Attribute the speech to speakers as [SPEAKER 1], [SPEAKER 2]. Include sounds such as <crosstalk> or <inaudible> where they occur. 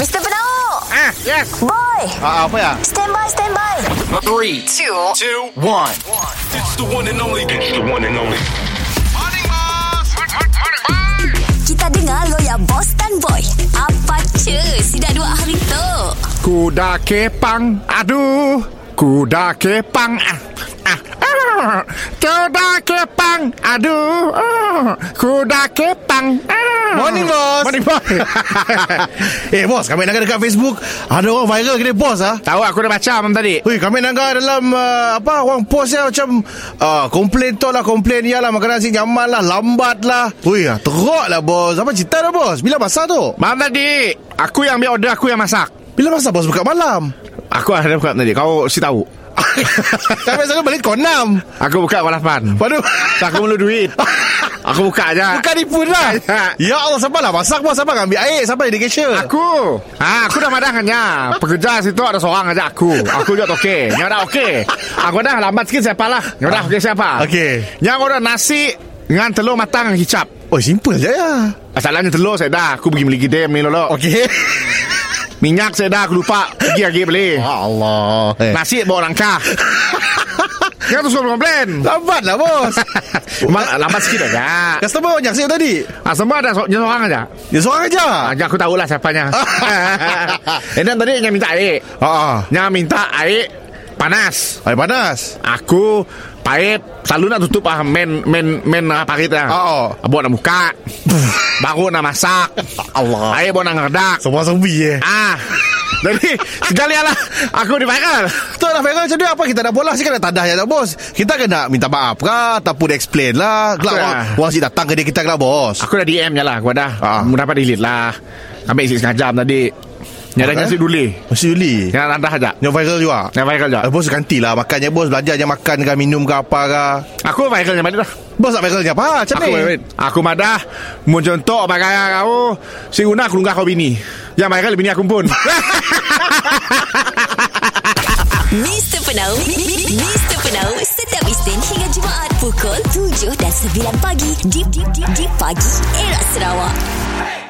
[SPEAKER 1] Mr. Penau
[SPEAKER 2] Ah, yes.
[SPEAKER 1] Boy
[SPEAKER 2] Ah, apa ya?
[SPEAKER 1] Stand by, stand by
[SPEAKER 3] Three, two, two, one. It's the one and only. It's the one and only.
[SPEAKER 1] Kita dengar lo ya boss dan boy Apa cuy Sidak dua hari tu
[SPEAKER 4] Kuda kepang Aduh Kuda kepang ah, ah, ah. Kuda kepang Aduh ah. Kuda kepang ah.
[SPEAKER 5] Morning, boss.
[SPEAKER 4] Morning boss <laughs>
[SPEAKER 5] <laughs> Eh bos Kami naga dekat Facebook Ada orang viral kena bos ah.
[SPEAKER 4] Tahu aku dah baca mam tadi
[SPEAKER 5] Hui, kami naga dalam uh, apa orang post dia macam uh, komplain tu lah komplain ya lah makanan si nyaman lah lambat lah. Hui, ah, teruk lah bos. Apa cerita dah bos? Bila masa tu?
[SPEAKER 4] Mam tadi Aku yang ambil order Aku yang masak
[SPEAKER 5] Bila masa bos buka <laughs> malam?
[SPEAKER 4] Aku ada buka tadi Kau si tahu
[SPEAKER 5] kami selalu balik kau enam.
[SPEAKER 4] Aku buka kau lapan
[SPEAKER 5] Waduh.
[SPEAKER 4] So, Aku perlu duit <laughs> Aku buka je
[SPEAKER 5] <laughs> Bukan pun lah. ya Allah, siapa lah masak bos? Siapa nak ambil air? Siapa dedication?
[SPEAKER 4] Aku ha, Aku dah madangnya Pekerja situ ada seorang aja aku Aku juga okey Yang dah okey Aku dah lambat sikit siapa lah Yang dah okey siapa
[SPEAKER 5] Okey.
[SPEAKER 4] Yang ada nasi Dengan telur matang hicap
[SPEAKER 5] Oh, simple je ya.
[SPEAKER 4] Masalahnya telur saya dah Aku pergi beli gidem ni lolo
[SPEAKER 5] Okey.
[SPEAKER 4] Minyak saya dah aku lupa Pergi lagi beli
[SPEAKER 5] <laughs> Allah. Ah. Eh.
[SPEAKER 4] Nasi bawa langkah Yang tu suka komplain
[SPEAKER 5] Lambat lah <laughs> bos.
[SPEAKER 4] Lambat, lambat sikit aja
[SPEAKER 5] Customer banyak siap tadi.
[SPEAKER 4] ah, Semua ada so- seorang aja
[SPEAKER 5] Dia seorang aja.
[SPEAKER 4] ah, Yang aku tahulah siapanya Eh dan tadi yang minta air
[SPEAKER 5] Ha ah.
[SPEAKER 4] Yang minta air Panas
[SPEAKER 5] Air panas.
[SPEAKER 4] Aku Paip Selalu nak tutup ah Men Men Men ah, parit lah
[SPEAKER 5] Oo.
[SPEAKER 4] Buat nak
[SPEAKER 5] <laughs>
[SPEAKER 4] buka Baru nak masak
[SPEAKER 5] Allah.
[SPEAKER 4] Air buat nak ngerdak
[SPEAKER 5] Semua sepi eh.
[SPEAKER 4] Ah Jadi Sekali lah Aku dipanggil
[SPEAKER 5] Tu lah Farah macam mana apa kita nak bola sih kan tak dah ya bos. Kita kena minta maaf kah ataupun explain lah. Kelak
[SPEAKER 4] Apa
[SPEAKER 5] orang,
[SPEAKER 4] lah?
[SPEAKER 5] orang si datang ke dia kita kelak bos.
[SPEAKER 4] Aku dah DM je lah Aku dah
[SPEAKER 5] Ah.
[SPEAKER 4] Mu dapat delete lah Ambil isi setengah jam tadi Nyadanya
[SPEAKER 5] Apa?
[SPEAKER 4] si duli
[SPEAKER 5] Mesti Yuli.
[SPEAKER 4] Yang randah aja
[SPEAKER 5] Yang viral juga.
[SPEAKER 4] Yang viral je
[SPEAKER 5] Eh, bos gantilah makannya bos belajar je makan ke minum ke apa ke.
[SPEAKER 4] Aku viral yang balik lah
[SPEAKER 5] Bos nak viralnya apa? Ah, Macam
[SPEAKER 4] Aku viral Aku madah Mu contoh Pakai kau Si Una aku lunggah kau bini Yang viral bini aku pun <laughs>
[SPEAKER 1] Mr. Penau Mi- Mi- Mi- Mr. Penau Setiap Isnin hingga Jumaat Pukul 7 dan 9 pagi Di, di, di, di pagi Era Sarawak